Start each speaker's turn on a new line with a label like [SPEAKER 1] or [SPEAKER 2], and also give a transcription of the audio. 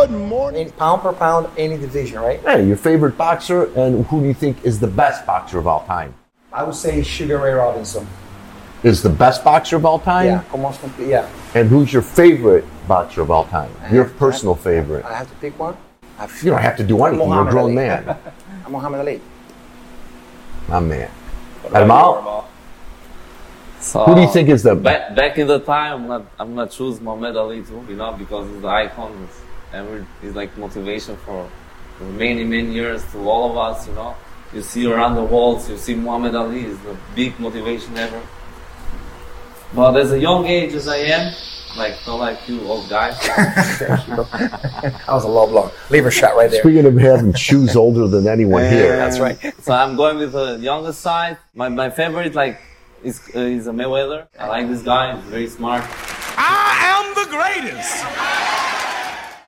[SPEAKER 1] any, pound per pound, any division, right?
[SPEAKER 2] Yeah, your favorite boxer and who do you think is the best boxer of all time?
[SPEAKER 1] I would say Sugar Ray Robinson.
[SPEAKER 2] Is the best boxer of all time?
[SPEAKER 1] Yeah, almost complete. Yeah,
[SPEAKER 2] And who's your favorite boxer of all time? Your personal favorite?
[SPEAKER 1] I have to pick one. I
[SPEAKER 2] You don't have to do anything. You're a
[SPEAKER 1] Muhammad
[SPEAKER 2] grown
[SPEAKER 1] Ali.
[SPEAKER 2] man.
[SPEAKER 1] I'm Muhammad Ali.
[SPEAKER 2] My man.
[SPEAKER 3] What about
[SPEAKER 2] Admal?
[SPEAKER 3] you, Admal?
[SPEAKER 4] So
[SPEAKER 2] Who do you think is the best?
[SPEAKER 4] back, back in the time? I'm not, I'm gonna choose Mohamed Ali too, you know, because he's the icon and we're, he's like motivation for many many years to all of us, you know. You see around the walls, you see Muhammad Ali is the big motivation ever. But as a young age as I am, like not like you old guys,
[SPEAKER 1] That was a low blow. Leave a shot right there.
[SPEAKER 2] Speaking of having shoes older than anyone here,
[SPEAKER 1] That's right.
[SPEAKER 4] so I'm going with the younger side. My, my favorite like is uh, is a Mayweather. I like this guy. He's very smart.
[SPEAKER 5] I am the greatest.